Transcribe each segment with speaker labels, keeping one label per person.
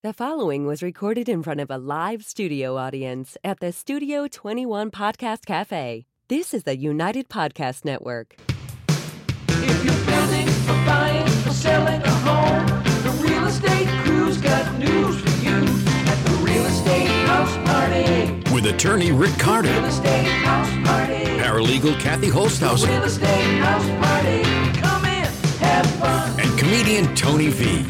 Speaker 1: The following was recorded in front of a live studio audience at the Studio 21 Podcast Cafe. This is the United Podcast Network.
Speaker 2: If you're building or buying or selling a home, the real estate crew's got news for you at the Real Estate House Party.
Speaker 3: with attorney Rick Carter,
Speaker 2: Real Estate House Party.
Speaker 3: paralegal Kathy Holsthausen,
Speaker 2: Real Estate House Party. Come in, have fun.
Speaker 3: and comedian Tony V.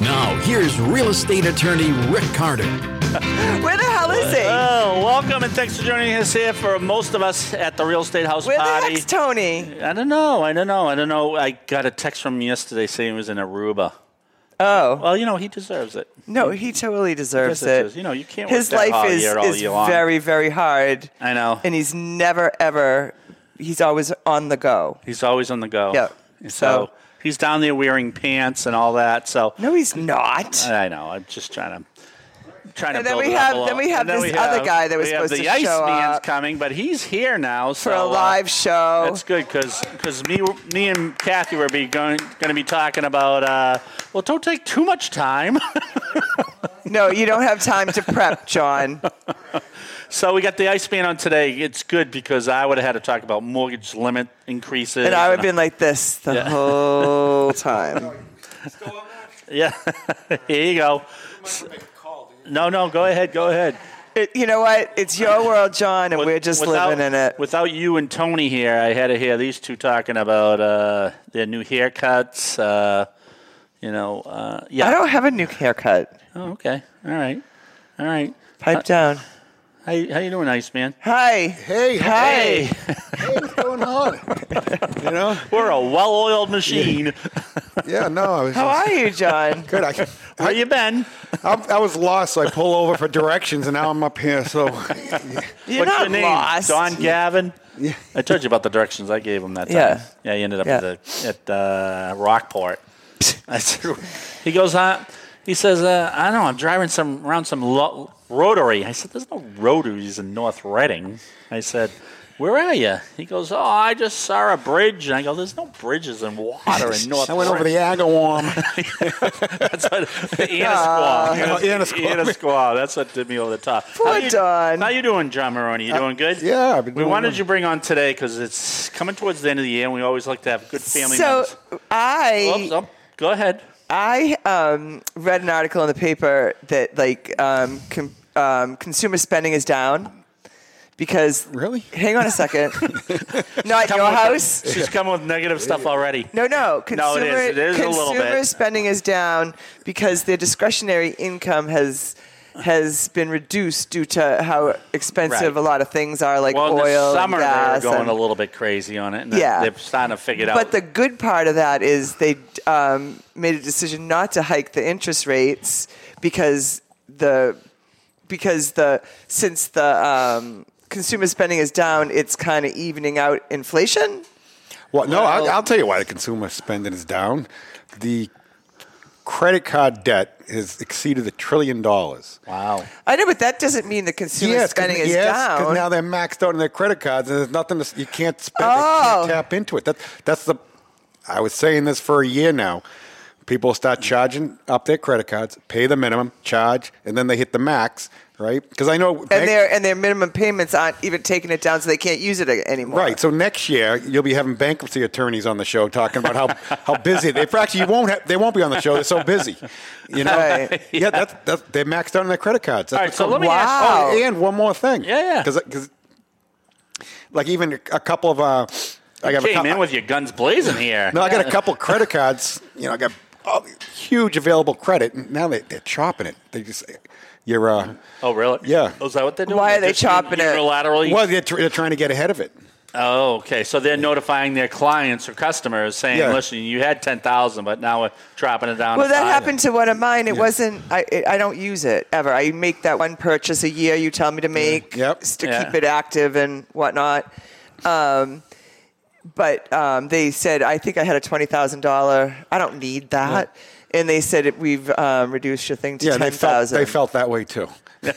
Speaker 3: Now, here's real estate attorney Rick Carter.
Speaker 4: Where the hell is he?
Speaker 5: Oh, welcome and thanks for joining us here for most of us at the Real Estate House
Speaker 4: Where the
Speaker 5: Party.
Speaker 4: heck's Tony?
Speaker 5: I don't know. I don't know. I don't know. I got a text from him yesterday saying he was in Aruba.
Speaker 4: Oh
Speaker 5: Well, you know, he deserves it.
Speaker 4: no, he totally deserves
Speaker 5: Yes, it
Speaker 4: it.
Speaker 5: is. You know, you can't
Speaker 4: His
Speaker 5: work that
Speaker 4: life
Speaker 5: hard
Speaker 4: is
Speaker 5: year all
Speaker 4: is
Speaker 5: year long.
Speaker 4: very very hard,
Speaker 5: I know.
Speaker 4: and he's never ever. He's always on the go.
Speaker 5: he's always on the go.
Speaker 4: Yeah.
Speaker 5: So,
Speaker 4: So-
Speaker 5: he's down there wearing pants and all that. So
Speaker 4: No, he's not.
Speaker 5: I know. I'm just trying to. Trying
Speaker 4: And
Speaker 5: to
Speaker 4: then
Speaker 5: build
Speaker 4: we
Speaker 5: it up
Speaker 4: have-
Speaker 5: a
Speaker 4: then
Speaker 5: little.
Speaker 4: we have
Speaker 5: And then
Speaker 4: this other guy that was
Speaker 5: we have
Speaker 4: supposed
Speaker 5: the
Speaker 4: to show
Speaker 5: Iceman's
Speaker 4: up.
Speaker 5: coming, but he's here now.
Speaker 4: For a
Speaker 5: so, uh,
Speaker 4: live show.
Speaker 5: That's good because me me and Kathy were be going going to be talking about uh, well don't take too much time.
Speaker 4: No, you don't have time to prep, John.
Speaker 5: so we got the Iceman on today. It's good because I would have had to talk about mortgage limit increases.
Speaker 4: And I would have been like this the whole time.
Speaker 5: yeah. Here you go. No, no, go ahead, go ahead.
Speaker 4: It- you know what? It's your world, John, and we're just
Speaker 5: Without-
Speaker 4: living in it.
Speaker 5: Without you and Tony here, I had to hear these two talking about uh, their new haircuts. Uh, you know, uh, yeah.
Speaker 4: I don't have a new haircut.
Speaker 5: oh, okay. All right. All right.
Speaker 4: Pipe down.
Speaker 5: How, you- how you doing, Iceman?
Speaker 4: Hi.
Speaker 6: Hey,
Speaker 4: Hi.
Speaker 6: hey, what's going on? You know?
Speaker 5: We're a well-oiled machine.
Speaker 6: Yeah, no, I was
Speaker 4: How are you, John?
Speaker 6: good. I,
Speaker 5: Where you been?
Speaker 6: I, I was lost, so I pull over for directions, and now I'm up here. So,
Speaker 4: You're
Speaker 5: What's
Speaker 4: not
Speaker 5: your name?
Speaker 4: lost.
Speaker 5: Don Gavin. I told you about the directions I gave him that time.
Speaker 4: Yeah.
Speaker 5: Yeah, he ended up
Speaker 4: Yeah.
Speaker 5: at, the, at uh, Rockport. I said, he goes on. He says, uh, I don't know. I'm driving some around some lo- rotary. I said, there's no rotaries in North Reading. I said, where are you? He goes, oh, I just saw a bridge. And I go, there's no bridges and water in North.
Speaker 6: I went over the Agawam.
Speaker 5: That's what Anasqua.
Speaker 4: Oh,
Speaker 6: Anasqua.
Speaker 5: Anasqua. That's what did me over the top.
Speaker 4: Poor
Speaker 5: how you,
Speaker 4: Don. Uh,
Speaker 5: How you doing, John Maroney? You doing good?
Speaker 6: yeah, I've been
Speaker 5: we
Speaker 6: doing
Speaker 5: wanted
Speaker 6: well.
Speaker 5: you to bring on today because it's coming towards the end of the year, and we always like to have good family
Speaker 4: so
Speaker 5: members.
Speaker 4: I
Speaker 5: Oops, oh, go ahead.
Speaker 4: I um, read an article in the paper that like um, com- um, consumer spending is down because
Speaker 6: Really?
Speaker 4: hang on a second not your house
Speaker 5: She's coming with negative stuff already.
Speaker 4: no no
Speaker 5: No,
Speaker 4: consumer
Speaker 5: it is. It is a
Speaker 4: consumer
Speaker 5: little bit.
Speaker 4: spending is down because their discretionary income has has been reduced due to how expensive a
Speaker 5: Right.
Speaker 4: lot of things are like
Speaker 5: Well, in
Speaker 4: oil
Speaker 5: the summer
Speaker 4: and gas
Speaker 5: they were going
Speaker 4: and-
Speaker 5: a little bit crazy on it, and
Speaker 4: Yeah.
Speaker 5: they're starting to figure it out.
Speaker 4: But the good part of that is they um, made a decision not to hike the interest rates because the because the since the um, consumer spending is down, it's kind of evening out inflation.
Speaker 6: Well, no, I'll, I'll tell you why the consumer spending is down. The credit card debt has exceeded a trillion dollars.
Speaker 5: wow.
Speaker 4: I know, but that doesn't mean the consumer spending is
Speaker 6: because
Speaker 4: down.
Speaker 6: now they're maxed out on their credit cards, and there's nothing to, s- you can't spend.
Speaker 4: Oh.
Speaker 6: You can't tap into it. That, that's the. I was saying this for a year now. People start charging up their credit cards, pay the minimum charge, and then they hit the max, right? Because I know.
Speaker 4: and
Speaker 6: bank-
Speaker 4: their and their minimum payments aren't even taking it down, so they can't use it a- anymore.
Speaker 6: Right, so next year you'll be having bankruptcy attorneys on the show talking about how, how busy they. Actually, you won't. Have, they won't be on the show. They're so busy, you know.
Speaker 4: Right.
Speaker 6: Yeah, That's, that's they're maxed out on their credit cards. That's
Speaker 5: All right,
Speaker 6: what's
Speaker 5: so
Speaker 6: going-
Speaker 5: let me ask
Speaker 4: Wow.
Speaker 6: Oh, and one more thing.
Speaker 5: Yeah, yeah.
Speaker 6: Because, like, even a couple of, uh, I got a
Speaker 5: Came
Speaker 6: couple.
Speaker 5: in with your guns blazing here.
Speaker 6: no, I got a couple credit cards. You know, I got all the huge available credit, and now they, they're chopping it. They just, you're, uh,
Speaker 5: Oh, really?
Speaker 6: Yeah.
Speaker 5: Oh, is that what they're doing?
Speaker 4: Why are they
Speaker 5: just
Speaker 4: chopping it?
Speaker 5: unilaterally?
Speaker 6: well, they're, tr- they're trying to get ahead of it.
Speaker 5: Oh, okay. So they're notifying their clients or customers saying,
Speaker 6: Yeah.
Speaker 5: "Listen, you had ten thousand, but now we're dropping it down."
Speaker 4: Well,
Speaker 5: to
Speaker 4: that
Speaker 5: five."
Speaker 4: happened to one of mine. It wasn't. I it, I don't use it ever. I make that one purchase a year. You tell me to make
Speaker 6: Yep.
Speaker 4: s- to
Speaker 5: Yeah.
Speaker 4: keep it active and whatnot. Um, but um, they said I think I had a twenty thousand dollar. I don't need that. And they said it, we've um, reduced your thing to
Speaker 6: Yeah,
Speaker 4: ten
Speaker 6: they felt,
Speaker 4: thousand.
Speaker 6: they felt that way too.
Speaker 4: she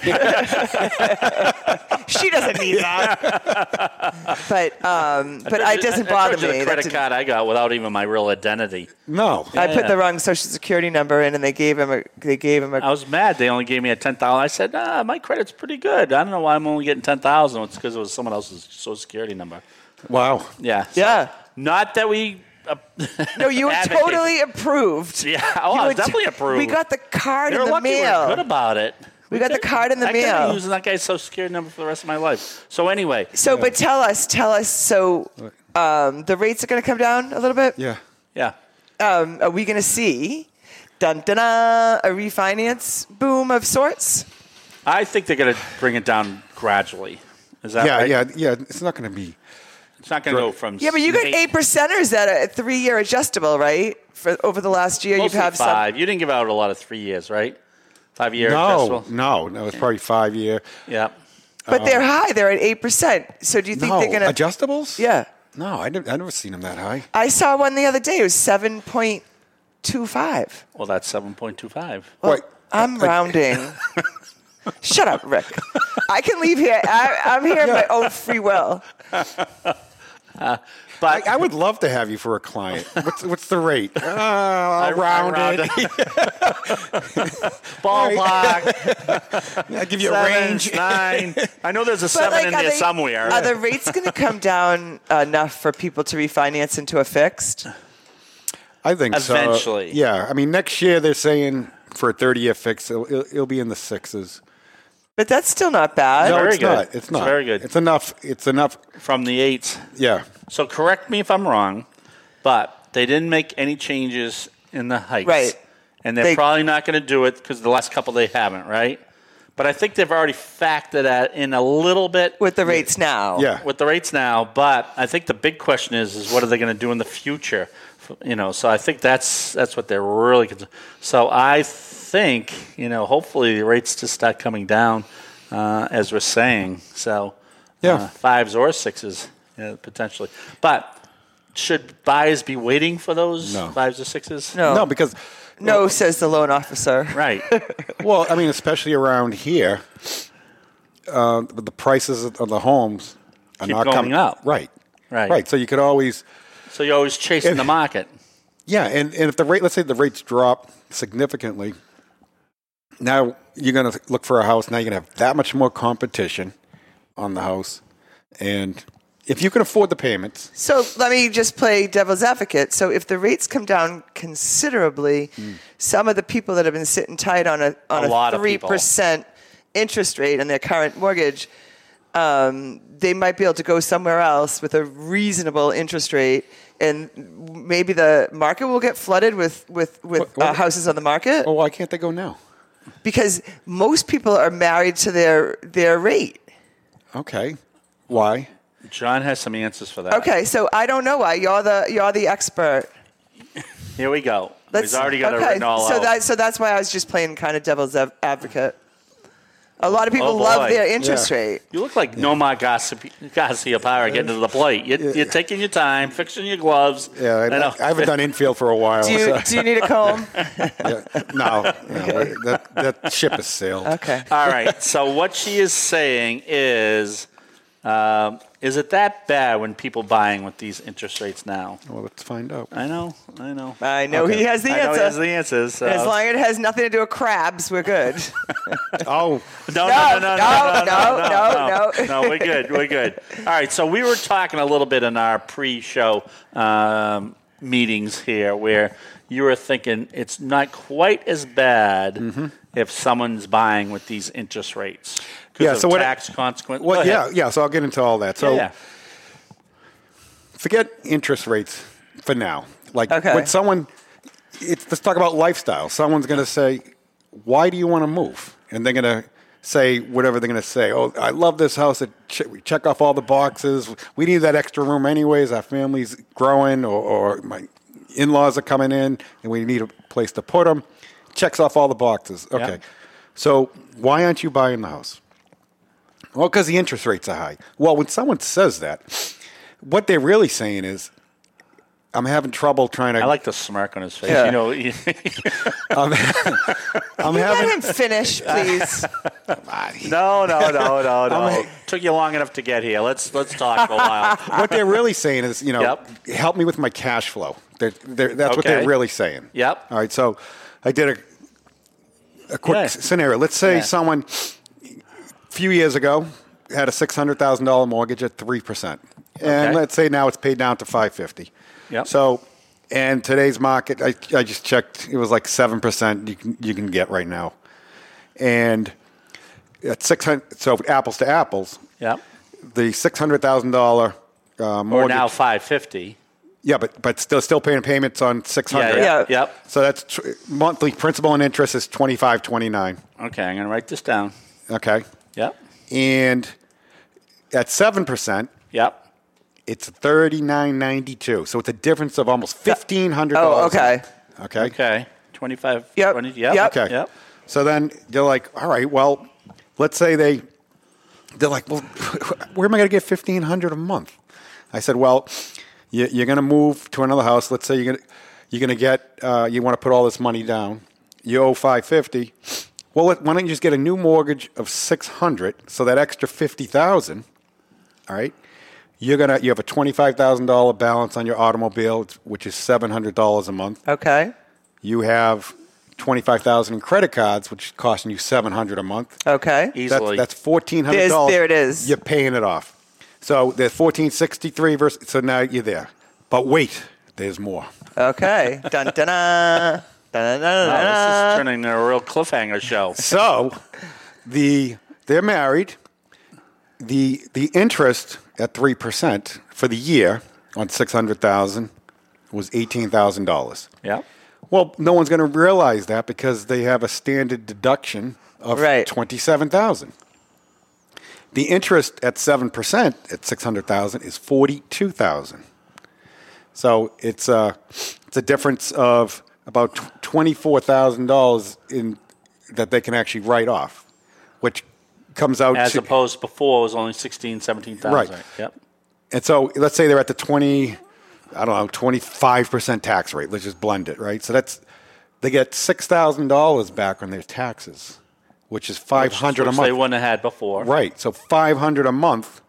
Speaker 4: doesn't need that. but um, but it doesn't
Speaker 5: I
Speaker 4: bother
Speaker 5: showed you
Speaker 4: me.
Speaker 5: The
Speaker 4: That
Speaker 5: credit
Speaker 4: didn't-
Speaker 5: card I got without even my real identity.
Speaker 6: No.
Speaker 4: I
Speaker 5: Yeah.
Speaker 4: put the wrong social security number in, and they gave him a they gave him a
Speaker 5: I was mad. They only gave me a ten thousand. I said, "Nah, my credit's pretty good. I don't know why I'm only getting ten thousand. It's because it was someone else's social security number."
Speaker 6: Wow.
Speaker 5: Yeah. so-
Speaker 4: yeah.
Speaker 5: Not that we. Uh,
Speaker 4: No, you were
Speaker 5: advocate-
Speaker 4: totally approved.
Speaker 5: Yeah. Oh,
Speaker 4: You
Speaker 5: I was
Speaker 4: were t-
Speaker 5: definitely approved.
Speaker 4: We got the card
Speaker 5: They were
Speaker 4: in the
Speaker 5: lucky we
Speaker 4: mail.
Speaker 5: were good about it.
Speaker 4: We got the
Speaker 5: could-
Speaker 4: card in the
Speaker 5: I could have
Speaker 4: mail.
Speaker 5: been using that guy's social security number for the rest of my life. So anyway,
Speaker 4: So, but tell us, tell us. So, um, the rates are going to come down a little bit.
Speaker 6: Yeah.
Speaker 5: yeah.
Speaker 4: Um, are we going to see, dun dun dun, a refinance boom of sorts?
Speaker 5: I think they're going to bring it down gradually. Is that
Speaker 6: Yeah,
Speaker 5: right?
Speaker 6: yeah, yeah. It's not going to be.
Speaker 5: It's not going to go from
Speaker 4: Yeah, but you got
Speaker 5: eight-
Speaker 4: eight percenters that are three year adjustable, right? For over the last year, you've
Speaker 5: mostly
Speaker 4: had
Speaker 5: five.
Speaker 4: some.
Speaker 5: You didn't give out a lot of three years, right? Five year
Speaker 6: No,
Speaker 5: adjustable.
Speaker 6: no, no. It's probably five year.
Speaker 5: Yeah.
Speaker 4: But they're high. They're at eight percent. So, do you think
Speaker 6: Oh. No
Speaker 4: they're going to
Speaker 6: adjustables.
Speaker 4: Yeah,
Speaker 6: No, I never, I never seen them that high.
Speaker 4: I saw one the other day. It was seven point two five.
Speaker 5: Well, that's seven point two five.
Speaker 6: Wait,
Speaker 4: I'm rounding. Shut up, Rick. I can leave here. I, I'm here of my own free will.
Speaker 5: But
Speaker 6: I, I would love to have you for a client. What's what's the rate? Uh, I'll round it.
Speaker 5: Ballpark
Speaker 6: I'll give you a range.
Speaker 5: range nine. I know there's a seven in
Speaker 4: are
Speaker 5: there
Speaker 4: they-
Speaker 5: somewhere.
Speaker 4: Are the rates going to come down enough for people to refinance into a fixed?
Speaker 6: I think
Speaker 5: Eventually.
Speaker 6: so. Yeah, I mean next year they're saying for a thirty-year fix, it'll, it'll, it'll be in the sixes.
Speaker 4: But that's still not bad.
Speaker 6: No,
Speaker 5: Very
Speaker 6: it's
Speaker 5: good.
Speaker 6: not.
Speaker 5: It's
Speaker 6: It's not.
Speaker 5: very good.
Speaker 6: It's enough. It's enough.
Speaker 5: from the eights.
Speaker 6: Yeah.
Speaker 5: So correct me if I'm wrong, but they didn't make any changes in the hikes.
Speaker 4: Right.
Speaker 5: And they're
Speaker 4: They-
Speaker 5: probably not going to do it because the last couple they haven't, right? But I think they've already factored that in a little bit
Speaker 4: With the rates now.
Speaker 6: Yeah.
Speaker 5: with the rates now. But I think the big question is, is what are they going to do in the future? F- You know, so I think that's that's what they're really concerned. So I think you know, hopefully the rates just start coming down, uh, as we're saying. So
Speaker 6: Yeah.
Speaker 5: uh, fives or sixes you know, potentially, but. Should buyers be waiting for those
Speaker 6: No.
Speaker 5: fives or sixes?
Speaker 4: No.
Speaker 6: No, because
Speaker 4: No, says the loan officer.
Speaker 5: Right.
Speaker 6: well, I mean, especially around here, uh, the prices of the homes are
Speaker 5: Keep
Speaker 6: not
Speaker 5: going
Speaker 6: coming
Speaker 5: up.
Speaker 6: Right.
Speaker 5: Right.
Speaker 6: Right. So you could always.
Speaker 5: so you're always chasing the market.
Speaker 6: Yeah, and, and if the rate, let's say the rates drop significantly, now you're going to look for a house. Now you're going to have that much more competition on the house, and if you can afford the payments,
Speaker 4: So let me just play devil's advocate. So if the rates come down considerably, some of the people that have been sitting tight on a on
Speaker 5: Hmm. A lot
Speaker 4: a
Speaker 5: of
Speaker 4: three
Speaker 5: people.
Speaker 4: percent interest rate on their current mortgage, um, they might be able to go somewhere else with a reasonable interest rate, and maybe the market will get flooded with with with
Speaker 6: What- what-
Speaker 4: uh, houses on the market
Speaker 6: oh, why can't they go now?
Speaker 4: because most people are married to their their rate.
Speaker 6: Okay, why?
Speaker 5: John has some answers for that.
Speaker 4: Okay, so I don't know why you're the you're the expert.
Speaker 5: Here we go. He's already got
Speaker 4: okay,
Speaker 5: it written all
Speaker 4: so
Speaker 5: out.
Speaker 4: That, so that's why I was just playing kind of devil's av- advocate. A lot of people
Speaker 5: Oh, boy.
Speaker 4: love their interest
Speaker 6: Yeah.
Speaker 4: rate.
Speaker 5: You look like Nomar Gossip, Gossip Power getting to the plate. You're, you're taking your time, fixing your gloves.
Speaker 6: Yeah, I,
Speaker 5: know.
Speaker 6: I haven't done infield for a while.
Speaker 4: Do you,
Speaker 6: so-
Speaker 4: do you need a comb?
Speaker 6: uh, yeah, no, no, that, that ship has sailed.
Speaker 4: Okay.
Speaker 5: All right. So what she is saying is, um, is it that bad when people buying with these interest rates now?
Speaker 6: Well, let's find out.
Speaker 5: I know. I know.
Speaker 4: I know he has the
Speaker 5: I know he
Speaker 4: answer.
Speaker 5: has the answers. So.
Speaker 4: as long as it has nothing to do with crabs, we're good.
Speaker 6: Oh,
Speaker 5: no, no, no, no, no, no,
Speaker 4: no,
Speaker 5: no,
Speaker 4: no,
Speaker 5: no, no. We're good. We're good. All right. So we were talking a little bit in our pre-show um, meetings here, where you were thinking it's not quite as bad
Speaker 6: Mm-hmm.
Speaker 5: if someone's buying with these interest rates. 'cause
Speaker 6: Yeah,
Speaker 5: Of
Speaker 6: so what-
Speaker 5: tax consequence?
Speaker 6: well,
Speaker 5: Go
Speaker 6: yeah,
Speaker 5: ahead.
Speaker 6: yeah. So I'll get into all that. So.
Speaker 5: Yeah, yeah.
Speaker 6: forget interest rates for now. Like
Speaker 4: Okay.
Speaker 6: when someone, it's, let's talk about lifestyle. Someone's going to say, "Why do you want to move?" And they're going to say whatever they're going to say. Oh, I love this house. It che- we check off all the boxes. We need that extra room anyways. Our family's growing, or, or my in-laws are coming in, and we need a place to put them. Checks off all the boxes. Okay. So why aren't you buying the house? Well, because the interest rates are high. Well, when someone says that, what they're really saying is, I'm having trouble trying to.
Speaker 5: I like the smirk on his face.
Speaker 4: Yeah.
Speaker 5: You know,
Speaker 6: I'm, I'm
Speaker 4: Let
Speaker 6: having.
Speaker 4: him finish, please.
Speaker 5: No, no, no, no, no.
Speaker 6: I'm like-
Speaker 5: Took you long enough to get here. Let's let's talk for a while.
Speaker 6: what they're really saying is, you know,
Speaker 5: Yep.
Speaker 6: help me with my cash flow. They're, they're, that's what they're
Speaker 5: Okay.
Speaker 6: really saying.
Speaker 5: Yep.
Speaker 6: All right. So I did a, a quick
Speaker 5: Yeah.
Speaker 6: s- scenario. Let's say
Speaker 5: Yeah.
Speaker 6: someone a few years ago had a six hundred thousand dollar mortgage at three percent, and
Speaker 5: Okay.
Speaker 6: let's say now it's paid down to five fifty.
Speaker 5: Yep.
Speaker 6: So. And today's market, I, I just checked, it was like 7% you can, you can get right now. And at 600, so apples to apples,
Speaker 5: Yep.
Speaker 6: the six hundred thousand dollar uh,
Speaker 5: Or
Speaker 6: mortgage.
Speaker 5: now five fifty.
Speaker 6: yeah, but but still still paying payments on six
Speaker 5: Yeah,
Speaker 6: hundred.
Speaker 5: yeah.
Speaker 4: Yeah.
Speaker 5: Yep.
Speaker 6: So that's tr- monthly principal and interest is twenty five twenty nine.
Speaker 5: Okay, I'm gonna write this down.
Speaker 6: Okay,
Speaker 5: Yep.
Speaker 6: and at seven percent,
Speaker 5: Yep.
Speaker 6: it's thirty nine ninety two. So it's a difference of almost fifteen hundred.
Speaker 4: Oh, okay.
Speaker 6: Okay.
Speaker 5: Okay. Twenty five.
Speaker 4: Yep.
Speaker 5: 20, yep.
Speaker 4: Yep.
Speaker 6: Okay.
Speaker 5: Yep.
Speaker 6: So then you're like, all right, well, let's say they they're like, well, where am I going to get fifteen hundred a month? I said, well, you, you're going to move to another house. Let's say you're going to you're going to get uh, you want to put all this money down. You owe five fifty. Well, let- why don't you just get a new mortgage of six hundred? So that extra fifty thousand, all right. You're gonna you have a twenty five thousand dollar balance on your automobile, which is seven hundred dollars a month
Speaker 4: Okay.
Speaker 6: you have 25,000 in credit cards which is costing you 700 a month.
Speaker 4: Okay.
Speaker 5: Easily.
Speaker 6: That's, that's 1400
Speaker 4: There's- there it is.
Speaker 6: You're paying it off. So there's 1463 versus so now you're there. But wait, there's more.
Speaker 4: Okay. dun dun dun. Dun, dun, dun,
Speaker 5: Wow,
Speaker 4: dun,
Speaker 5: this is turning into a real cliffhanger show.
Speaker 6: So the they're married. The the interest at 3% for the year on 600,000 was $18,000.
Speaker 5: Yep.
Speaker 6: Well, no one's going to realize that because they have a standard deduction of
Speaker 4: Right.
Speaker 6: twenty-seven thousand. The interest at seven percent at six hundred thousand is forty-two thousand. So it's a it's a difference of about twenty-four thousand dollars in that they can actually write off, which comes out
Speaker 5: As
Speaker 6: to,
Speaker 5: opposed before it was only sixteen, seventeen thousand.
Speaker 6: Right.
Speaker 5: Yep.
Speaker 6: And so let's say they're at the 20, I don't know, 25% tax rate. Let's just blend it, right? So that's, they get $6,000 back on their taxes, which is 500
Speaker 5: Which
Speaker 6: a month.
Speaker 5: They wouldn't have had before.
Speaker 6: right. So 500 a month.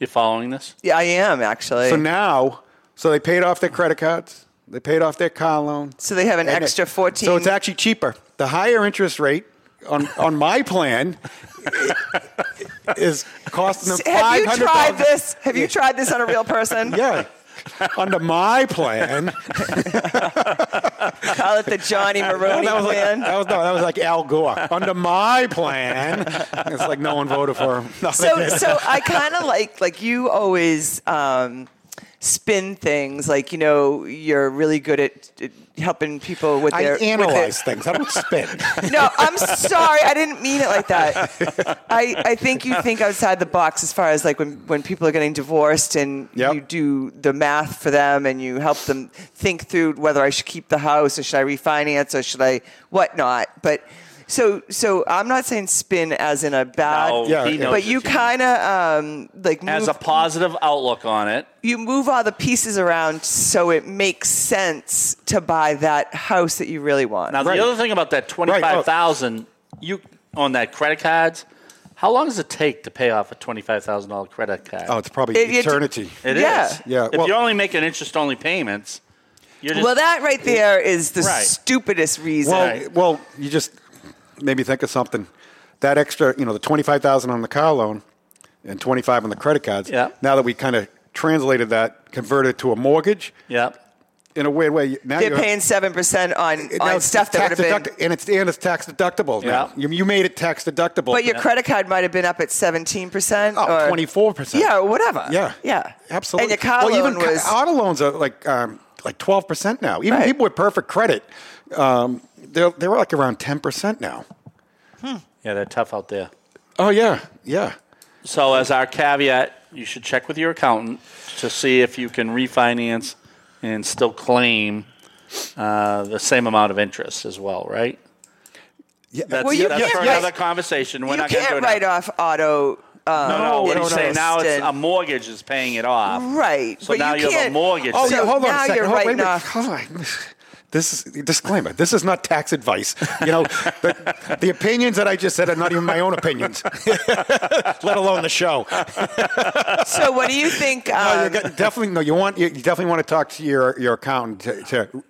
Speaker 5: You following this?
Speaker 4: Yeah, I am actually. So,
Speaker 6: So now, so they paid off their credit cards, they paid off their car loan.
Speaker 4: they have an
Speaker 6: And it-
Speaker 4: extra fourteen.
Speaker 6: So it's actually cheaper. The higher interest rate on, on my plan is costing them
Speaker 4: have you
Speaker 6: 500
Speaker 4: tried this? Have you tried this on a real person?
Speaker 6: Yeah. Under my plan,
Speaker 4: Call it the Johnny Maroney
Speaker 6: that was like
Speaker 4: plan.
Speaker 6: that was no, that was like Al Gore under my plan. It's like no one voted for him. No,
Speaker 4: so so I kind of like like you always um, spin things like you know you're really good at, at helping people with
Speaker 6: I
Speaker 4: their with their-
Speaker 6: analyze things. I don't spin.
Speaker 4: No, I'm sorry. I didn't mean it like that. I, I think you think outside the box as far as like when, when people are getting divorced and
Speaker 6: Yep.
Speaker 4: you do the math for them and you help them think through whether I should keep the house or should I refinance or should I whatnot. But so so I'm not saying spin as in a bad.
Speaker 5: No,
Speaker 6: Uh, Yeah,
Speaker 5: Oh, he
Speaker 6: yeah.
Speaker 5: knows
Speaker 4: But
Speaker 5: what
Speaker 4: you
Speaker 5: mean.
Speaker 4: kind of um, like move,
Speaker 5: as a positive outlook on it.
Speaker 4: you move all the pieces around so it makes sense to buy that house that you really want.
Speaker 5: Now
Speaker 6: Right. oh.
Speaker 5: the other thing about that twenty five thousand you on that credit cards, how long does it take to pay off a twenty five thousand dollar credit card?
Speaker 6: Oh, it's probably
Speaker 4: It- it-
Speaker 6: eternity.
Speaker 5: It is.
Speaker 4: Yeah.
Speaker 6: Yeah,
Speaker 5: If
Speaker 6: well-
Speaker 5: you're only making interest only payments, you're just
Speaker 4: Well, that right there is the
Speaker 5: Right.
Speaker 4: stupidest reason.
Speaker 6: well,
Speaker 5: Right.
Speaker 6: well, you just made me think of something. That extra, you know, the twenty five thousand on the car loan and twenty five on the credit cards.
Speaker 5: Yeah.
Speaker 6: Now that we kind of translated that, converted it to a mortgage
Speaker 5: Yep.
Speaker 6: in a weird way. Now
Speaker 4: They're
Speaker 6: you're
Speaker 4: paying seven percent on,
Speaker 6: now
Speaker 4: on
Speaker 6: it's
Speaker 4: stuff that would
Speaker 6: tax
Speaker 4: have been.
Speaker 6: deduct- and it's and it's tax deductible. Now.
Speaker 5: Yeah.
Speaker 6: You, you made it tax deductible.
Speaker 4: But your credit card might have been up at seventeen percent
Speaker 6: Oh,
Speaker 4: or
Speaker 6: 24%.
Speaker 4: Yeah, or whatever.
Speaker 6: Yeah.
Speaker 4: Uh, yeah,
Speaker 6: Absolutely.
Speaker 4: And your car
Speaker 6: well,
Speaker 4: loan
Speaker 6: even ca-
Speaker 4: was
Speaker 6: auto loans are like um, like 12% now. Even
Speaker 4: Right.
Speaker 6: people with perfect credit, um, they're, they're like around 10% now.
Speaker 5: Yeah, they're tough out there.
Speaker 6: Oh, yeah. Yeah.
Speaker 5: So as our caveat, you should check with your accountant to see if you can refinance and still claim uh, the same amount of interest as well, right?
Speaker 6: yeah.
Speaker 5: That's,
Speaker 4: Well, you
Speaker 5: that's
Speaker 4: can't
Speaker 5: for
Speaker 4: write-
Speaker 5: another conversation.
Speaker 4: you
Speaker 5: We're not going to do
Speaker 4: can't
Speaker 5: it
Speaker 4: write
Speaker 5: now.
Speaker 4: off auto. Um,
Speaker 5: No, no, what
Speaker 4: interest
Speaker 5: he's saying now it's a
Speaker 4: and-
Speaker 5: mortgage is paying it off.
Speaker 4: right.
Speaker 5: So
Speaker 4: but
Speaker 5: now you have a
Speaker 4: can't-
Speaker 5: mortgage.
Speaker 6: oh,
Speaker 4: so
Speaker 6: yeah. Hold on
Speaker 4: now
Speaker 6: a second.
Speaker 4: you're
Speaker 6: Hold- wait a
Speaker 4: writing
Speaker 6: minute.
Speaker 4: off.
Speaker 6: Hold on. This is disclaimer. This is not tax advice. You know, the, the opinions that I just said are not even my own opinions, let alone the show.
Speaker 4: So what do you think?
Speaker 6: No, you
Speaker 4: Um,
Speaker 6: got, definitely no. You want you you definitely want to talk to your your accountant to. to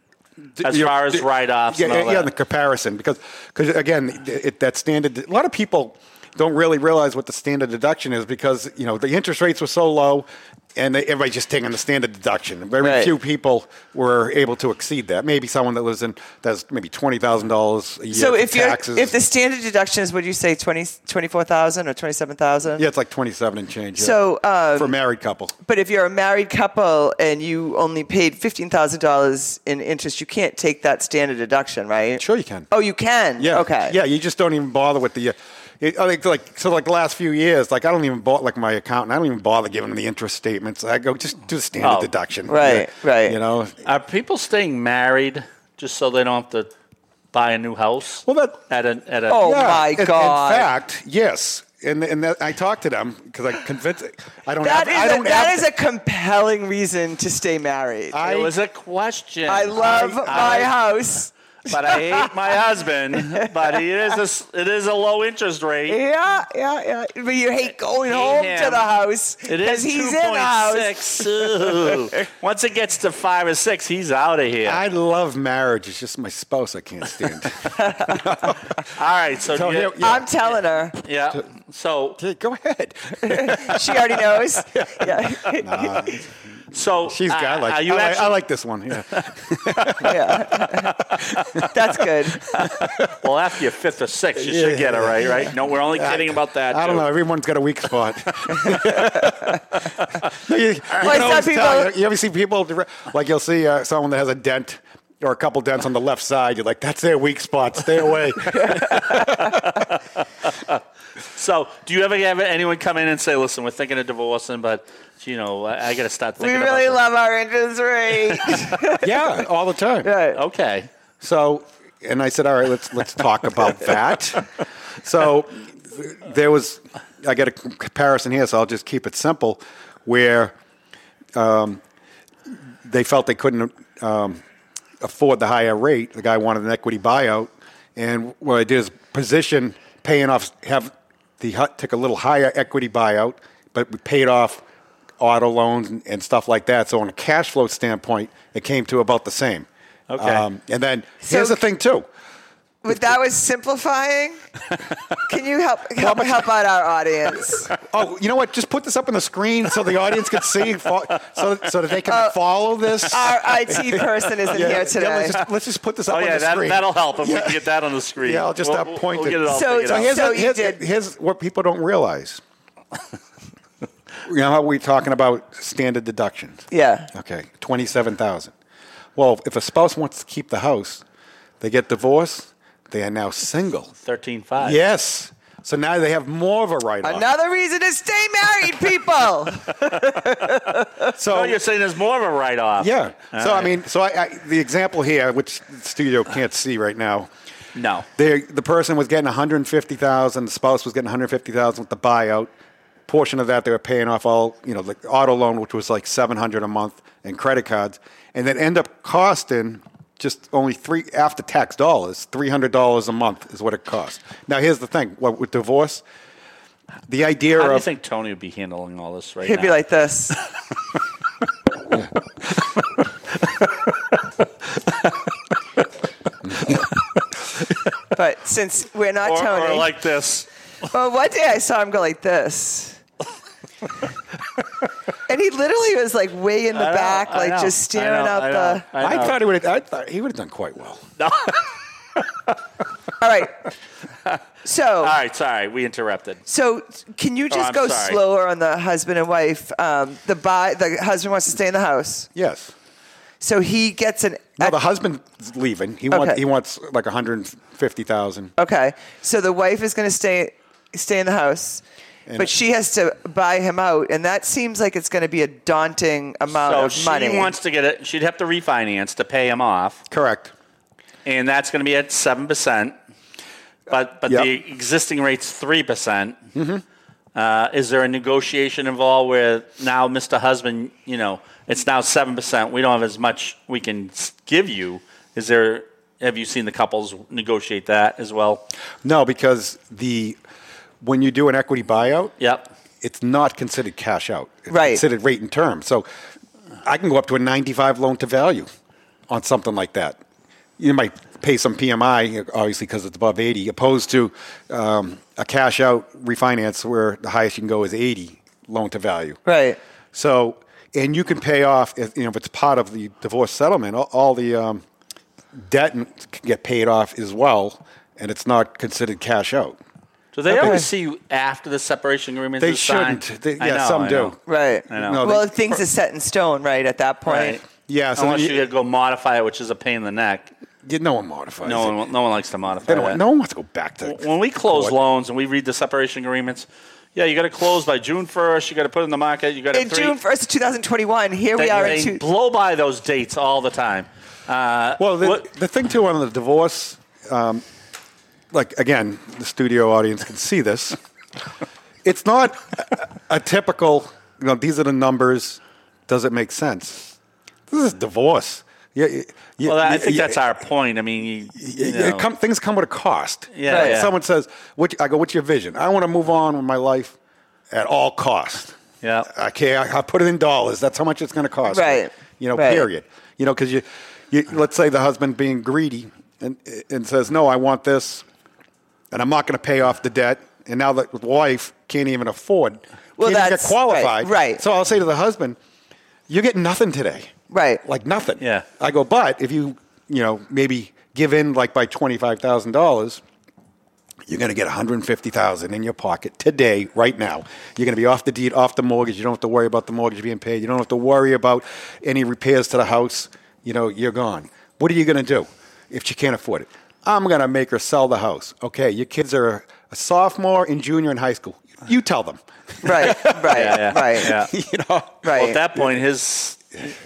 Speaker 5: As
Speaker 6: your-
Speaker 5: far as write-offs
Speaker 6: yeah,
Speaker 5: and all
Speaker 6: yeah,
Speaker 5: that.
Speaker 6: the comparison because because again, it, that standard. A lot of people don't really realize what the standard deduction is because you know the interest rates were so low, and they, everybody's just taking the standard deduction. Very
Speaker 4: Right.
Speaker 6: few people were able to exceed that. Maybe someone that lives in that's maybe twenty thousand dollars a year.
Speaker 4: so
Speaker 6: for
Speaker 4: if you
Speaker 6: taxes.
Speaker 4: if the standard deduction is what you say 20, 24,000 or twenty seven thousand.
Speaker 6: yeah, it's like twenty seven and change. yeah.
Speaker 4: So, um,
Speaker 6: for a married couple.
Speaker 4: But if you're a married couple and you only paid fifteen thousand dollars in interest, you can't take that standard deduction, right?
Speaker 6: Sure, you can.
Speaker 4: Oh, you can.
Speaker 6: Yeah.
Speaker 4: Okay.
Speaker 6: Yeah, you just don't even bother with the. Uh, it, I think like so like the last few years, like I don't even bought like my accountant. I don't even bother giving him the interest statements. I go just do the standard
Speaker 5: Oh.
Speaker 6: deduction.
Speaker 4: Right,
Speaker 6: Yeah.
Speaker 4: right.
Speaker 6: You know.
Speaker 5: Are people staying married just so they don't have to buy a new house?
Speaker 6: Well, that-
Speaker 5: at a at a
Speaker 4: Oh,
Speaker 6: Yeah,
Speaker 4: my
Speaker 6: in-
Speaker 4: God.
Speaker 6: In fact, yes, and and that, I talked to them because I convinced. I don't.
Speaker 4: That
Speaker 6: have, I
Speaker 4: is, a,
Speaker 6: don't
Speaker 4: that
Speaker 6: have,
Speaker 4: is a compelling reason to stay married. I,
Speaker 5: it
Speaker 6: I-
Speaker 5: was a question.
Speaker 4: love
Speaker 5: I-
Speaker 4: my house.
Speaker 5: but I hate my husband. But it is a s- it is a low interest rate.
Speaker 4: Yeah, yeah, yeah. But you hate going
Speaker 5: hate
Speaker 4: home to
Speaker 5: him.
Speaker 4: the house
Speaker 5: It
Speaker 4: because
Speaker 5: is
Speaker 4: he's in the house.
Speaker 5: 2.6. Ooh. Once it gets to five or six, he's out of here.
Speaker 6: I love marriage. It's just my spouse I can't stand.
Speaker 5: All right, so,
Speaker 6: So
Speaker 5: you-
Speaker 6: here- yeah.
Speaker 4: I'm telling her.
Speaker 5: yeah. So
Speaker 6: Hey, Go ahead.
Speaker 4: She already knows. Yeah.
Speaker 5: so
Speaker 6: She's
Speaker 5: uh,
Speaker 6: got like.
Speaker 5: are you
Speaker 6: I, like I
Speaker 5: actually-
Speaker 6: like this one. Yeah.
Speaker 4: yeah. That's good.
Speaker 5: well after your fifth or sixth, you should get it right, right? No, we're only kidding about that.
Speaker 6: I don't
Speaker 5: too.
Speaker 6: know. Everyone's got a weak spot. No, you, you can
Speaker 4: Like some
Speaker 6: always
Speaker 4: people-
Speaker 6: tell. You- you ever see people like you'll see uh, someone that has a dent or a couple dents on the left side. You're like, that's their weak spot. Stay away.
Speaker 5: So, do you ever have anyone come in and say, "Listen, we're thinking of divorcing, but you know, I, I got to start
Speaker 4: We
Speaker 5: thinking." about
Speaker 4: really
Speaker 5: this."
Speaker 4: love our interest rate.
Speaker 6: yeah, all the time.
Speaker 4: Right.
Speaker 5: Okay.
Speaker 6: So, and I said, all right, let's let's talk about that. So there was, I got a comparison here, so I'll just keep it simple, where um, they felt they couldn't um, afford the higher rate. The guy wanted an equity buyout, and what I did is position paying off, have the hut took a little higher equity buyout, but we paid off auto loans and, and stuff like that. So on a cash flow standpoint, it came to about the same. Um,
Speaker 5: Okay.
Speaker 6: and then
Speaker 4: So-
Speaker 6: here's the thing too.
Speaker 4: But that was simplifying. Can you help help, help out our audience?
Speaker 6: Oh, you know what? Just put this up on the screen so the audience can see, fo- so so that they can follow this.
Speaker 4: Our IT person isn't here today.
Speaker 6: let's, just, let's just put this up
Speaker 5: Oh
Speaker 6: on
Speaker 5: yeah,
Speaker 6: the
Speaker 5: that,
Speaker 6: screen.
Speaker 5: that'll help if we can get that on the screen.
Speaker 6: Yeah, I'll just,
Speaker 5: we'll,
Speaker 6: uh,
Speaker 5: we'll-
Speaker 6: point
Speaker 5: we'll
Speaker 6: it.
Speaker 5: get it all
Speaker 4: So-
Speaker 5: figured
Speaker 6: So
Speaker 5: out.
Speaker 6: here's,
Speaker 4: So
Speaker 6: the-
Speaker 4: you
Speaker 6: here's-
Speaker 4: did-
Speaker 6: here's what people don't realize. you know how we're talking about standard deductions.
Speaker 4: yeah.
Speaker 6: Okay, twenty-seven thousand. Well, if a spouse wants to keep the house, they get divorced. They are now single.
Speaker 5: thirteen five.
Speaker 6: Yes. So now they have more of a write-off.
Speaker 4: Another reason to stay married, people.
Speaker 6: so
Speaker 5: Oh, you're saying there's more of a write-off?
Speaker 6: Yeah.
Speaker 5: All
Speaker 6: so
Speaker 5: right.
Speaker 6: I mean, so I, I the example here, which the studio can't see right now,
Speaker 5: no.
Speaker 6: they the person was getting 150,000, the spouse was getting 150,000 with the buyout. Portion of that they were paying off all, you know, the auto loan which was like 700 a month and credit cards and then end up costing just only three after tax dollars, $300 a month is what it costs. Now here's the thing, what with divorce, the idea
Speaker 5: How do you
Speaker 6: of
Speaker 5: think Tony would be handling all this right
Speaker 4: He'd
Speaker 5: now?
Speaker 4: be like this. but since we're not
Speaker 5: or,
Speaker 4: Tony,
Speaker 5: or like this.
Speaker 4: well, one day I saw him go like this. and he literally was like way in the
Speaker 5: I know,
Speaker 4: back,
Speaker 5: I
Speaker 4: like
Speaker 5: know,
Speaker 4: just
Speaker 5: I
Speaker 4: staring
Speaker 5: know,
Speaker 4: out
Speaker 5: I
Speaker 4: the.
Speaker 5: know,
Speaker 6: I,
Speaker 5: I know.
Speaker 6: thought he would have, I thought he would have done quite well.
Speaker 4: All right. So,
Speaker 5: All right, sorry, we interrupted.
Speaker 4: so can you just
Speaker 5: I'm
Speaker 4: go
Speaker 5: sorry.
Speaker 4: slower on the husband and wife? Um, the buy, the husband wants to stay in the house,
Speaker 6: Yes.
Speaker 4: so he gets an.
Speaker 6: No, the husband's leaving. He wants
Speaker 4: Okay.
Speaker 6: he wants like one hundred fifty thousand.
Speaker 4: okay, so the wife is going to stay stay in the house,
Speaker 6: And-
Speaker 4: but she has to buy him out, and that seems like it's going to be a daunting amount
Speaker 5: so
Speaker 4: of
Speaker 5: she
Speaker 4: Oh, money.
Speaker 5: wants to get it. She'd have to refinance to pay him off,
Speaker 6: Correct.
Speaker 5: and that's going to be at seven percent. But but
Speaker 6: Yep. Mm-hmm.
Speaker 5: the existing rate's three percent. Uh, is there a negotiation involved where now, Mr. Husband, you know, it's now seven percent. We don't have as much we can s- give you Is there? Have you seen the couples negotiate that as well?
Speaker 6: No, because the when you do an equity buyout,
Speaker 5: Yep.
Speaker 6: it's not considered cash out. It's
Speaker 4: Right.
Speaker 6: considered rate and term. So I can go up to a 95 loan to value on something like that. You might pay some PMI, obviously, because it's above 80, opposed to um, a cash out refinance where the highest you can go is 80 loan to value.
Speaker 4: Right.
Speaker 6: So, and you can pay off, if, you know, if it's part of the divorce settlement, all, all the um, debt can get paid off as well, and it's not considered cash out.
Speaker 5: Do they
Speaker 4: Okay.
Speaker 5: ever see you after the separation agreement?
Speaker 6: They
Speaker 5: is signed?
Speaker 6: shouldn't. They-
Speaker 5: I
Speaker 6: yeah,
Speaker 5: know,
Speaker 6: some
Speaker 5: I
Speaker 6: do.
Speaker 5: know.
Speaker 4: Right.
Speaker 5: I know.
Speaker 6: No,
Speaker 4: well,
Speaker 6: they-
Speaker 4: if things are set in stone, right, at that point.
Speaker 5: Right.
Speaker 6: Yeah, so then
Speaker 5: Unless
Speaker 6: you-
Speaker 5: you, go modify it, which is a pain in the neck.
Speaker 6: Yeah, no one modifies.
Speaker 5: No
Speaker 6: it.
Speaker 5: one, no one likes to modify
Speaker 6: They don't-
Speaker 5: that.
Speaker 6: no one wants to go back to
Speaker 5: when we close
Speaker 6: court.
Speaker 5: loans and we read the separation agreements, yeah, you got to close by June first. You got to put it in the market. You got to
Speaker 4: In June 1st, 2021, here
Speaker 5: They,
Speaker 4: we are
Speaker 5: they
Speaker 4: in two.
Speaker 5: blow by those dates all the time. Uh,
Speaker 6: Well, the,
Speaker 5: what-
Speaker 6: the thing too on the divorce, um, like again, the studio audience can see this. it's not a, a typical. You know, these are the numbers. Does it make sense? This is divorce. Yeah, yeah,
Speaker 5: well, I
Speaker 6: yeah,
Speaker 5: think
Speaker 6: yeah,
Speaker 5: that's our point. I mean, you, you
Speaker 6: yeah,
Speaker 5: know.
Speaker 6: it come, things come with a cost.
Speaker 5: Yeah, Right. yeah.
Speaker 6: Someone says, what, I go, what's your vision? I want to move on with my life at all cost.
Speaker 5: Yeah.
Speaker 6: Okay, I, I put it in dollars. That's how much it's going to cost. me.
Speaker 4: Right.
Speaker 6: You know,
Speaker 4: Right.
Speaker 6: period. You know, because you, you, let's say the husband being greedy and, and says, no, I want this, and I'm not going to pay off the debt. And now the wife can't even afford,
Speaker 4: Well,
Speaker 6: can't even
Speaker 4: that's-
Speaker 6: get qualified.
Speaker 4: right, right.
Speaker 6: So I'll say to the husband, you get nothing today.
Speaker 4: Right.
Speaker 6: Like nothing.
Speaker 5: Yeah.
Speaker 6: I go, but if you, you know, maybe give in like by $25,000, you're going to get 150,000 in your pocket today, right now. You're going to be off the deed, off the mortgage. You don't have to worry about the mortgage being paid. You don't have to worry about any repairs to the house. You know, you're gone. What are you going to do if she can't afford it? I'm going to make her sell the house. Okay, your kids are a sophomore and junior in high school. You tell them.
Speaker 4: Right, right,
Speaker 5: Yeah, yeah,
Speaker 4: right.
Speaker 5: yeah.
Speaker 6: you know,
Speaker 4: Right.
Speaker 5: Well, at that point, his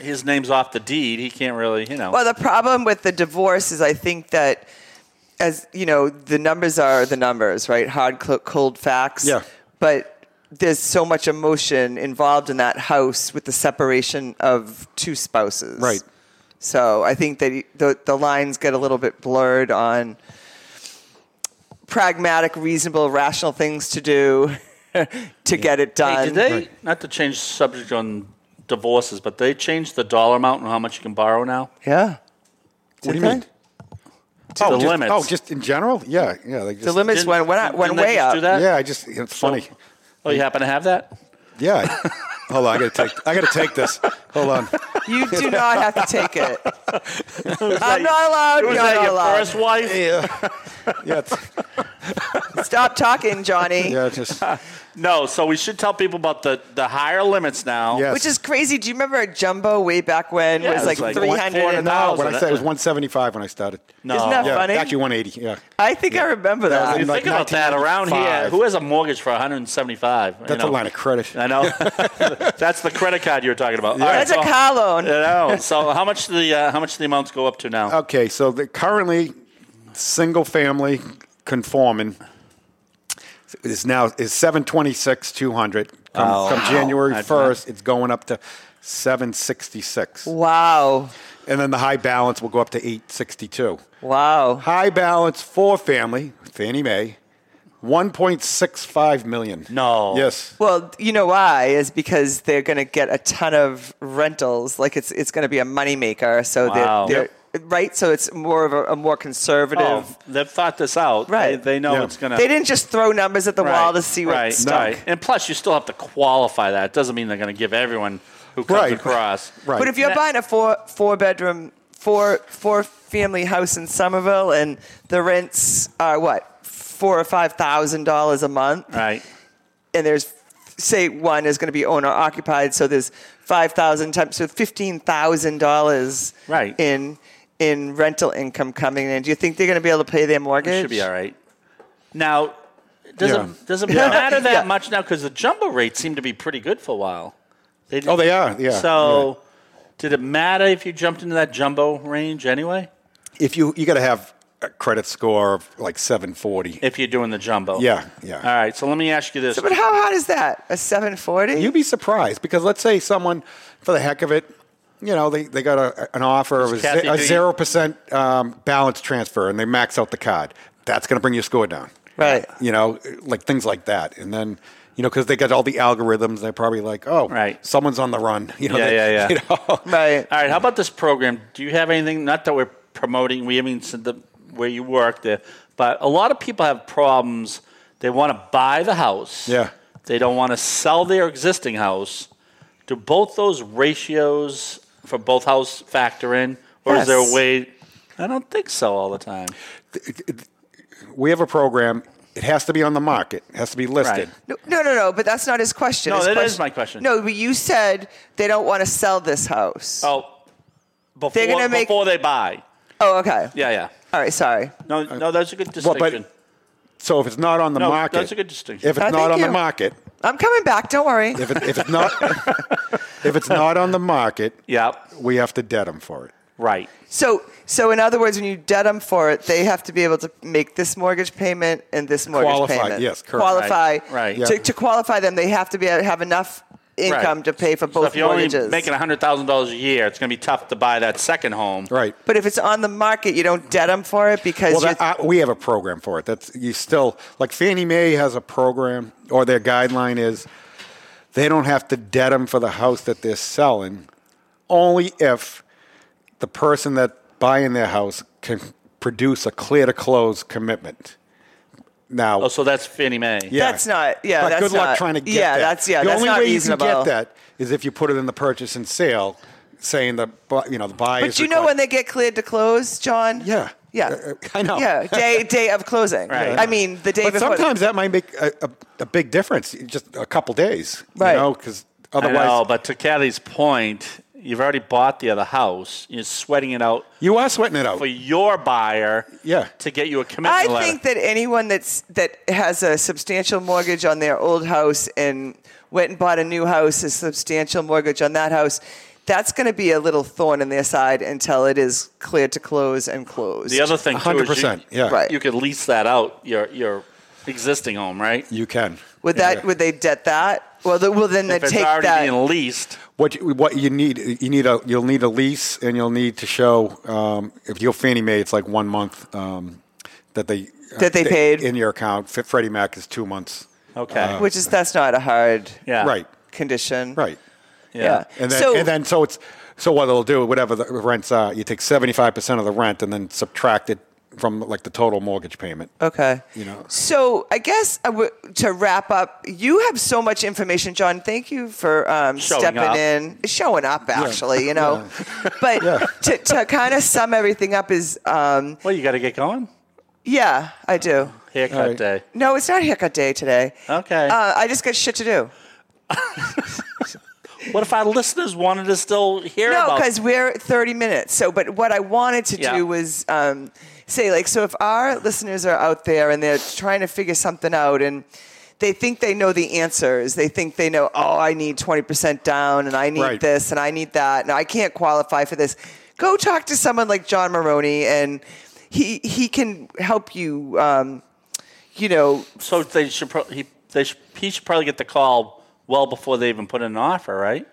Speaker 5: his name's off the deed. He can't really, you know.
Speaker 4: Well, the problem with the divorce is I think that as you know, the numbers are the numbers, right? Hard, cl- cold facts.
Speaker 6: Yeah.
Speaker 4: But there's so much emotion involved in that house with the separation of two spouses.
Speaker 6: Right.
Speaker 4: So I think that the the lines get a little bit blurred on pragmatic, reasonable, rational things to do to get it done.
Speaker 5: Hey, did they not to change the subject on divorces, but they changed the dollar amount and how much you can borrow now?
Speaker 4: Yeah.
Speaker 6: what do you
Speaker 4: they?
Speaker 6: mean?
Speaker 5: the
Speaker 6: just,
Speaker 5: limits.
Speaker 6: Oh, just in general? Yeah, yeah. They just,
Speaker 4: The limits
Speaker 5: Didn't-
Speaker 4: went, went,
Speaker 5: didn't
Speaker 4: went
Speaker 5: they
Speaker 4: way
Speaker 5: just
Speaker 4: up.
Speaker 5: do that?
Speaker 6: Yeah, I just it's funny.
Speaker 5: Oh, you happen to have that?
Speaker 6: Yeah. Hold on, I gotta take I gotta take this. Hold on.
Speaker 4: You do not have to take it. I'm not
Speaker 5: like-
Speaker 4: allowed. You're
Speaker 5: Was that
Speaker 4: not
Speaker 5: your
Speaker 4: allowed.
Speaker 5: first wife?
Speaker 6: Yeah. Yeah, it's,
Speaker 4: Stop talking, Johnny.
Speaker 6: yeah, it's just
Speaker 5: No, so we should tell people about the, the higher limits now.
Speaker 6: yes.
Speaker 4: Which is crazy. Do you remember a jumbo way back when
Speaker 5: Yeah,
Speaker 4: was
Speaker 5: it
Speaker 4: like,
Speaker 5: was like
Speaker 4: 300?
Speaker 6: no,
Speaker 5: 400,000.
Speaker 6: when I said it was one seventy five when I started.
Speaker 5: No.
Speaker 4: Isn't that
Speaker 6: Yeah,
Speaker 4: funny?
Speaker 6: actually one eighty, yeah.
Speaker 4: I think I remember
Speaker 6: That was
Speaker 4: that.
Speaker 6: in,
Speaker 5: You
Speaker 6: like,
Speaker 5: think about that around here.
Speaker 6: 1995.
Speaker 5: Who has a mortgage for 175?
Speaker 6: That's a line of credit.
Speaker 5: I know. That's the credit card you were talking about. All right,
Speaker 4: That's a
Speaker 5: so-
Speaker 4: car loan.
Speaker 5: I know. So how much do the uh, how much do the amounts go up to now?
Speaker 6: Okay, so the currently single family conforming is now is seven twenty six two hundred. Come,
Speaker 4: Oh,
Speaker 6: come January
Speaker 5: That's
Speaker 6: first, it's going up to seven sixty six.
Speaker 4: Wow.
Speaker 6: And then the high balance will go up to eight sixty two.
Speaker 4: Wow.
Speaker 6: High balance for family, Fannie Mae, 1.65 million.
Speaker 5: No.
Speaker 6: Yes.
Speaker 4: Well, you know why is because they're going to get a ton of rentals. Like it's it's going to be a moneymaker. So
Speaker 5: Wow.
Speaker 4: they're, they're right. So it's more of a, a more conservative.
Speaker 5: Oh, they've thought this out.
Speaker 4: Right.
Speaker 5: They, they know
Speaker 6: Yeah.
Speaker 5: it's gonna.
Speaker 4: They didn't just throw numbers at the
Speaker 5: Right,
Speaker 4: wall to see what
Speaker 5: right,
Speaker 4: stuck.
Speaker 5: right. And plus, you still have to qualify that. It doesn't mean they're going to give everyone who comes
Speaker 6: Right.
Speaker 5: across.
Speaker 6: Right.
Speaker 4: But if you're
Speaker 5: That-
Speaker 4: buying a four four bedroom four four family house in Somerville and the rents are what four or five thousand dollars a month,
Speaker 5: Right.
Speaker 4: and there's say one is going to be owner occupied, so there's five thousand times so fifteen thousand dollars
Speaker 5: Right.
Speaker 4: in in rental income coming in. Do you think they're going to be able to pay their mortgage?
Speaker 5: It should be all right. Now, does
Speaker 6: Yeah.
Speaker 5: it, does it matter that
Speaker 4: Yeah.
Speaker 5: much now? Because the jumbo rates seem to be pretty good for a while. They did-
Speaker 6: Oh, they are. Yeah.
Speaker 5: So, did it matter if you jumped into that jumbo range anyway?
Speaker 6: if you you got to have a credit score of like 740.
Speaker 5: If you're doing the jumbo?
Speaker 6: Yeah, yeah.
Speaker 5: All right. So, let me ask you this.
Speaker 4: But how hard is that? A seven forty?
Speaker 6: You'd be surprised because let's say someone for the heck of it you know, they, they got a, an offer of
Speaker 5: Kathy, do
Speaker 6: a
Speaker 5: you-
Speaker 6: zero percent um, balance transfer, and they max out the card. That's going to bring your score down,
Speaker 4: Right.
Speaker 6: You know, like things like that, and then you know because they got all the algorithms, they're probably like, oh,
Speaker 5: Right.
Speaker 6: someone's on the run. You know,
Speaker 5: Yeah,
Speaker 6: they-
Speaker 5: yeah, yeah.
Speaker 6: you know?
Speaker 4: Right.
Speaker 5: All right. How about this program? Do you have anything? Not that we're promoting. We haven't said the where you work there, but a lot of people have problems. They want to buy the house.
Speaker 6: Yeah.
Speaker 5: They don't want to sell their existing house. Do both those ratios for both house factor in, or is there
Speaker 4: Yes.
Speaker 5: a way? I don't think so all the time.
Speaker 6: we have a program. It has to be on the market. It has to be listed.
Speaker 5: Right.
Speaker 4: No, no, no, no, but that's not his question.
Speaker 5: No,
Speaker 4: his
Speaker 5: that is my question.
Speaker 4: No, but you said they don't want to sell this house.
Speaker 5: Oh, before
Speaker 4: They're gonna make-
Speaker 5: before they buy.
Speaker 4: Oh, okay.
Speaker 5: Yeah, yeah.
Speaker 4: All right, sorry.
Speaker 5: No, no, that's a good
Speaker 6: Well,
Speaker 5: distinction.
Speaker 6: but- So if it's not on the
Speaker 5: No,
Speaker 6: market,
Speaker 5: that's a good distinction.
Speaker 6: If it's
Speaker 4: Oh,
Speaker 6: not
Speaker 4: thank
Speaker 6: on the
Speaker 4: you.
Speaker 6: market,
Speaker 4: I'm coming back. Don't worry.
Speaker 6: if, it, if it's not if it's not on the market,
Speaker 5: yeah,
Speaker 6: we have to debt them for it.
Speaker 5: right.
Speaker 4: So, so in other words, when you debt them for it, they have to be able to make this mortgage payment and this mortgage
Speaker 6: Qualify,
Speaker 4: payment.
Speaker 6: yes, correct.
Speaker 4: Qualify.
Speaker 5: Right, right.
Speaker 6: Yeah.
Speaker 4: To, to qualify them, they have to be have enough income
Speaker 5: Right.
Speaker 4: to pay for
Speaker 5: So
Speaker 4: both
Speaker 5: if you're
Speaker 4: mortgages.
Speaker 5: only making hundred thousand dollars a year, it's going to be tough to buy that second home.
Speaker 6: Right.
Speaker 4: but if it's on the market, you don't debt them for it because
Speaker 6: Well,
Speaker 4: you're,
Speaker 6: that, uh, we have a program for it. That's you still like Fannie Mae has a program, or their guideline is they don't have to debt them for the house that they're selling, only if the person that buying their house can produce a clear to close commitment. Now,
Speaker 5: Oh, so that's Fannie Mae.
Speaker 6: Yeah.
Speaker 4: That's not- yeah,
Speaker 6: But
Speaker 4: that's
Speaker 6: good luck
Speaker 4: not-
Speaker 6: trying to get
Speaker 4: yeah,
Speaker 6: that.
Speaker 4: that's- yeah,
Speaker 6: The
Speaker 4: that's
Speaker 6: only
Speaker 4: not
Speaker 6: way you
Speaker 4: reasonable.
Speaker 6: can get that is if you put it in the purchase and sale, saying the bu- you know the buyer.
Speaker 4: But
Speaker 6: is
Speaker 4: you know
Speaker 6: required-
Speaker 4: when they get cleared to close, John?
Speaker 6: Yeah.
Speaker 4: Yeah.
Speaker 6: Uh, uh, I know.
Speaker 4: Yeah. Day day of closing.
Speaker 5: Right.
Speaker 4: I mean the day
Speaker 6: But
Speaker 4: before.
Speaker 6: sometimes that might make a, a, a big difference, just a couple days,
Speaker 4: Right.
Speaker 6: You know, because
Speaker 5: I
Speaker 6: otherwise
Speaker 5: know, but to Kathy's point, you've already bought the other house. You're sweating it out
Speaker 6: you are sweating it out.
Speaker 5: for your buyer.
Speaker 6: Yeah.
Speaker 5: To get you a commitment
Speaker 4: I
Speaker 5: letter.
Speaker 4: think that anyone that's that has a substantial mortgage on their old house and went and bought a new house, a substantial mortgage on that house, that's going to be a little thorn in their side until it is cleared to close and closed.
Speaker 5: the other thing, too, is you-
Speaker 6: 100%, yeah.
Speaker 4: Right.
Speaker 5: You could lease that out your your existing home, right?
Speaker 6: You can.
Speaker 4: would that
Speaker 6: Yeah.
Speaker 4: would they debt that? Well, the, well then they
Speaker 5: If it's
Speaker 4: take
Speaker 5: already
Speaker 4: that.
Speaker 5: being leased,
Speaker 6: What you, what you need you need a you'll need a lease and you'll need to show um, if you're Fannie Mae it's like one month um, that they
Speaker 4: That they
Speaker 6: uh,
Speaker 4: paid.
Speaker 6: in your account. F- Freddie Mac is two months.
Speaker 5: okay.
Speaker 4: which is that's not a hard
Speaker 5: yeah.
Speaker 6: Uh, Right,
Speaker 4: condition.
Speaker 6: right,
Speaker 4: Yeah.
Speaker 6: and then
Speaker 4: so
Speaker 6: and then so it's so what they'll do whatever the rents are you take seventy five percent of the rent and then subtract it from like the total mortgage payment.
Speaker 4: Okay.
Speaker 6: You know.
Speaker 4: So I guess I w- to wrap up, you have so much information, John. Thank you for um,
Speaker 5: Showing
Speaker 4: stepping
Speaker 5: up.
Speaker 4: in, showing up. Actually, you know. But to, to kind of sum everything up is, um,
Speaker 5: Well, you got to get going.
Speaker 4: yeah, I do.
Speaker 5: Haircut
Speaker 6: All right.
Speaker 5: day.
Speaker 4: No, it's not haircut day today.
Speaker 5: Okay.
Speaker 4: Uh, I just got shit to do.
Speaker 5: what if our listeners wanted to still hear
Speaker 4: No,
Speaker 5: about?
Speaker 4: because we're 30 minutes. So, but what I wanted to
Speaker 5: Yeah.
Speaker 4: do was um, say, like, so if our listeners are out there and they're trying to figure something out and they think they know the answers, they think they know, oh, I need 20% down and I need
Speaker 6: Right.
Speaker 4: this and I need that and I can't qualify for this, go talk to someone like John Maroney and he, he can help you, um, you know,
Speaker 5: So they should pro- he they should, he should probably get the call well before they even put in an offer, right?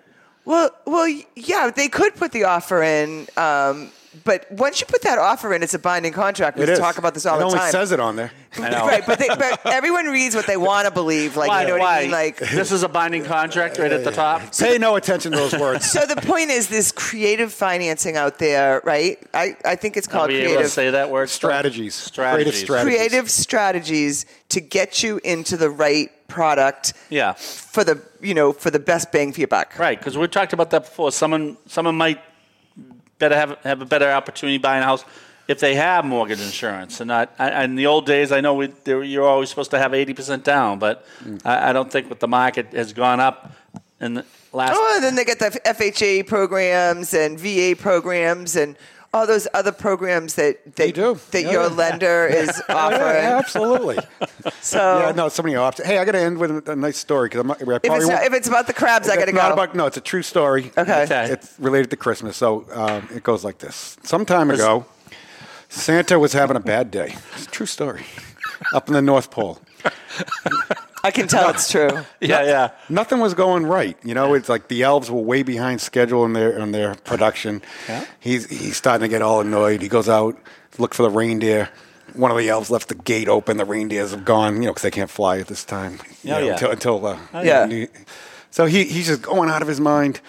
Speaker 4: Well, well, y- yeah, they could put the offer in, um, but once you put that offer in, it's a binding contract. We
Speaker 6: It is.
Speaker 4: talk about this all
Speaker 6: it
Speaker 4: the
Speaker 6: only
Speaker 4: time.
Speaker 6: says it on there.
Speaker 5: know.
Speaker 4: Right, but, they, but everyone reads what they want to believe. Like
Speaker 5: why?
Speaker 4: you know what
Speaker 5: why?
Speaker 4: I mean? Like.
Speaker 5: this is a binding contract right at the top.
Speaker 6: Pay no attention to those words.
Speaker 4: So the point is, this creative financing out there, right? I, I think it's
Speaker 5: Are
Speaker 4: called
Speaker 5: we
Speaker 4: creative
Speaker 5: able to say that word?
Speaker 6: strategies.
Speaker 5: Strategies.
Speaker 6: Creative strategies.
Speaker 4: creative strategies to get you into the right product
Speaker 5: Yeah.
Speaker 4: for the you know for the best bang for your buck.
Speaker 5: Right, because we talked about that before. Someone someone might better have have a better opportunity buying a house if they have mortgage insurance and not. I, in the old days, I know we, there, you're always supposed to have eighty percent down, but
Speaker 6: Mm.
Speaker 5: I, I don't think with the market has gone up in the last.
Speaker 4: Oh, and then they get the FHA programs and VA programs and all those other programs that they,
Speaker 6: They do.
Speaker 4: that
Speaker 6: Yeah,
Speaker 4: your
Speaker 6: yeah.
Speaker 4: lender is offering.
Speaker 6: Yeah, yeah, absolutely.
Speaker 4: So
Speaker 6: yeah, no, so many options. Hey, I got to end with a, a nice story because I'm not, I probably
Speaker 4: if, it's
Speaker 6: won't-
Speaker 4: not, if it's about the crabs, I got to
Speaker 6: It's not
Speaker 4: go.
Speaker 6: about- no, it's a true story.
Speaker 4: Okay.
Speaker 5: Okay.
Speaker 6: It's related to Christmas, so um, it goes like this. Some time ago, Santa was having a bad day. It's a true story. Up in the North Pole.
Speaker 4: I can tell it's true.
Speaker 5: Yeah, yeah.
Speaker 6: nothing was going right. You know, it's like the elves were way behind schedule in their on their production.
Speaker 5: Yeah.
Speaker 6: He's he's starting to get all annoyed. He goes out to look for the reindeer. One of the elves left the gate open. The reindeers have gone, you know, because they can't fly at this time. you
Speaker 5: Oh,
Speaker 6: know,
Speaker 5: yeah. Oh,
Speaker 6: Until, until uh,
Speaker 4: yeah.
Speaker 6: you- So he, he's just going out of his mind.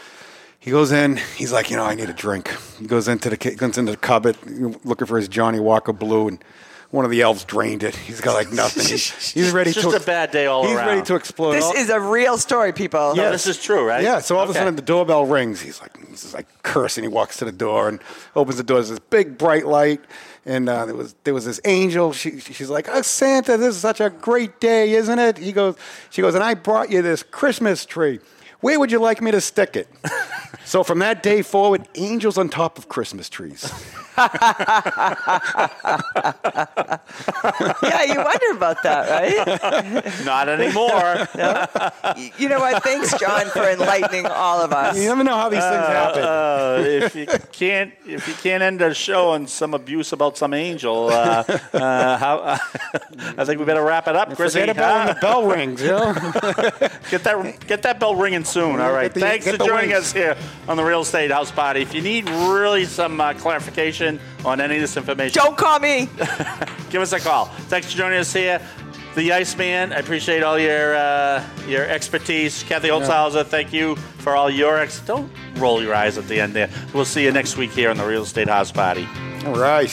Speaker 6: He goes in. He's like, you know, I need a drink. He goes into the ca- goes into the cupboard you know, looking for his Johnny Walker Blue, and one of the elves drained it. He's got like nothing. He's, he's ready
Speaker 5: It's
Speaker 6: to.
Speaker 5: just a bad day all
Speaker 6: he's ready
Speaker 5: around.
Speaker 6: to explode.
Speaker 4: This
Speaker 6: All-
Speaker 4: is a real story, people.
Speaker 5: No, this is true, right?
Speaker 6: yeah, so all of a
Speaker 5: Okay.
Speaker 6: sudden the doorbell rings. He's like, he's just like cursing. He walks to the door and opens the door. There's this big bright light, and uh, there was there was this angel. She, she's like, "Oh, Santa, this is such a great day, isn't it?" He goes, she goes, and I brought you this Christmas tree. Where would you like me to stick it? so from that day forward, angels on top of Christmas trees.
Speaker 4: Yeah, you wonder about that, right?
Speaker 5: Not anymore.
Speaker 4: Y- you know what? Thanks, John, for enlightening all of us.
Speaker 6: You never know how these things happen.
Speaker 5: Uh, if you can't, if you can't end a show on some abuse about some angel, uh, uh, how, I think we better wrap it up, Chrissy.
Speaker 6: Forget about when
Speaker 5: huh?
Speaker 6: the bell rings. You know?
Speaker 5: Get that get that bell ringing soon. All right.
Speaker 6: Get the-
Speaker 5: Thanks
Speaker 6: get
Speaker 5: for
Speaker 6: the
Speaker 5: joining
Speaker 6: wings.
Speaker 5: us here on the Real Estate House Party. If you need really some uh, clarification on any of this information,
Speaker 4: Don't call me.
Speaker 5: give us a call. Thanks for joining us here. The Iceman, I appreciate all your uh, your expertise. Kathy Holzhauser, thank you for all your ex. Don't roll your eyes at the end there. We'll see you next week here on the Real Estate House Party.
Speaker 6: all right.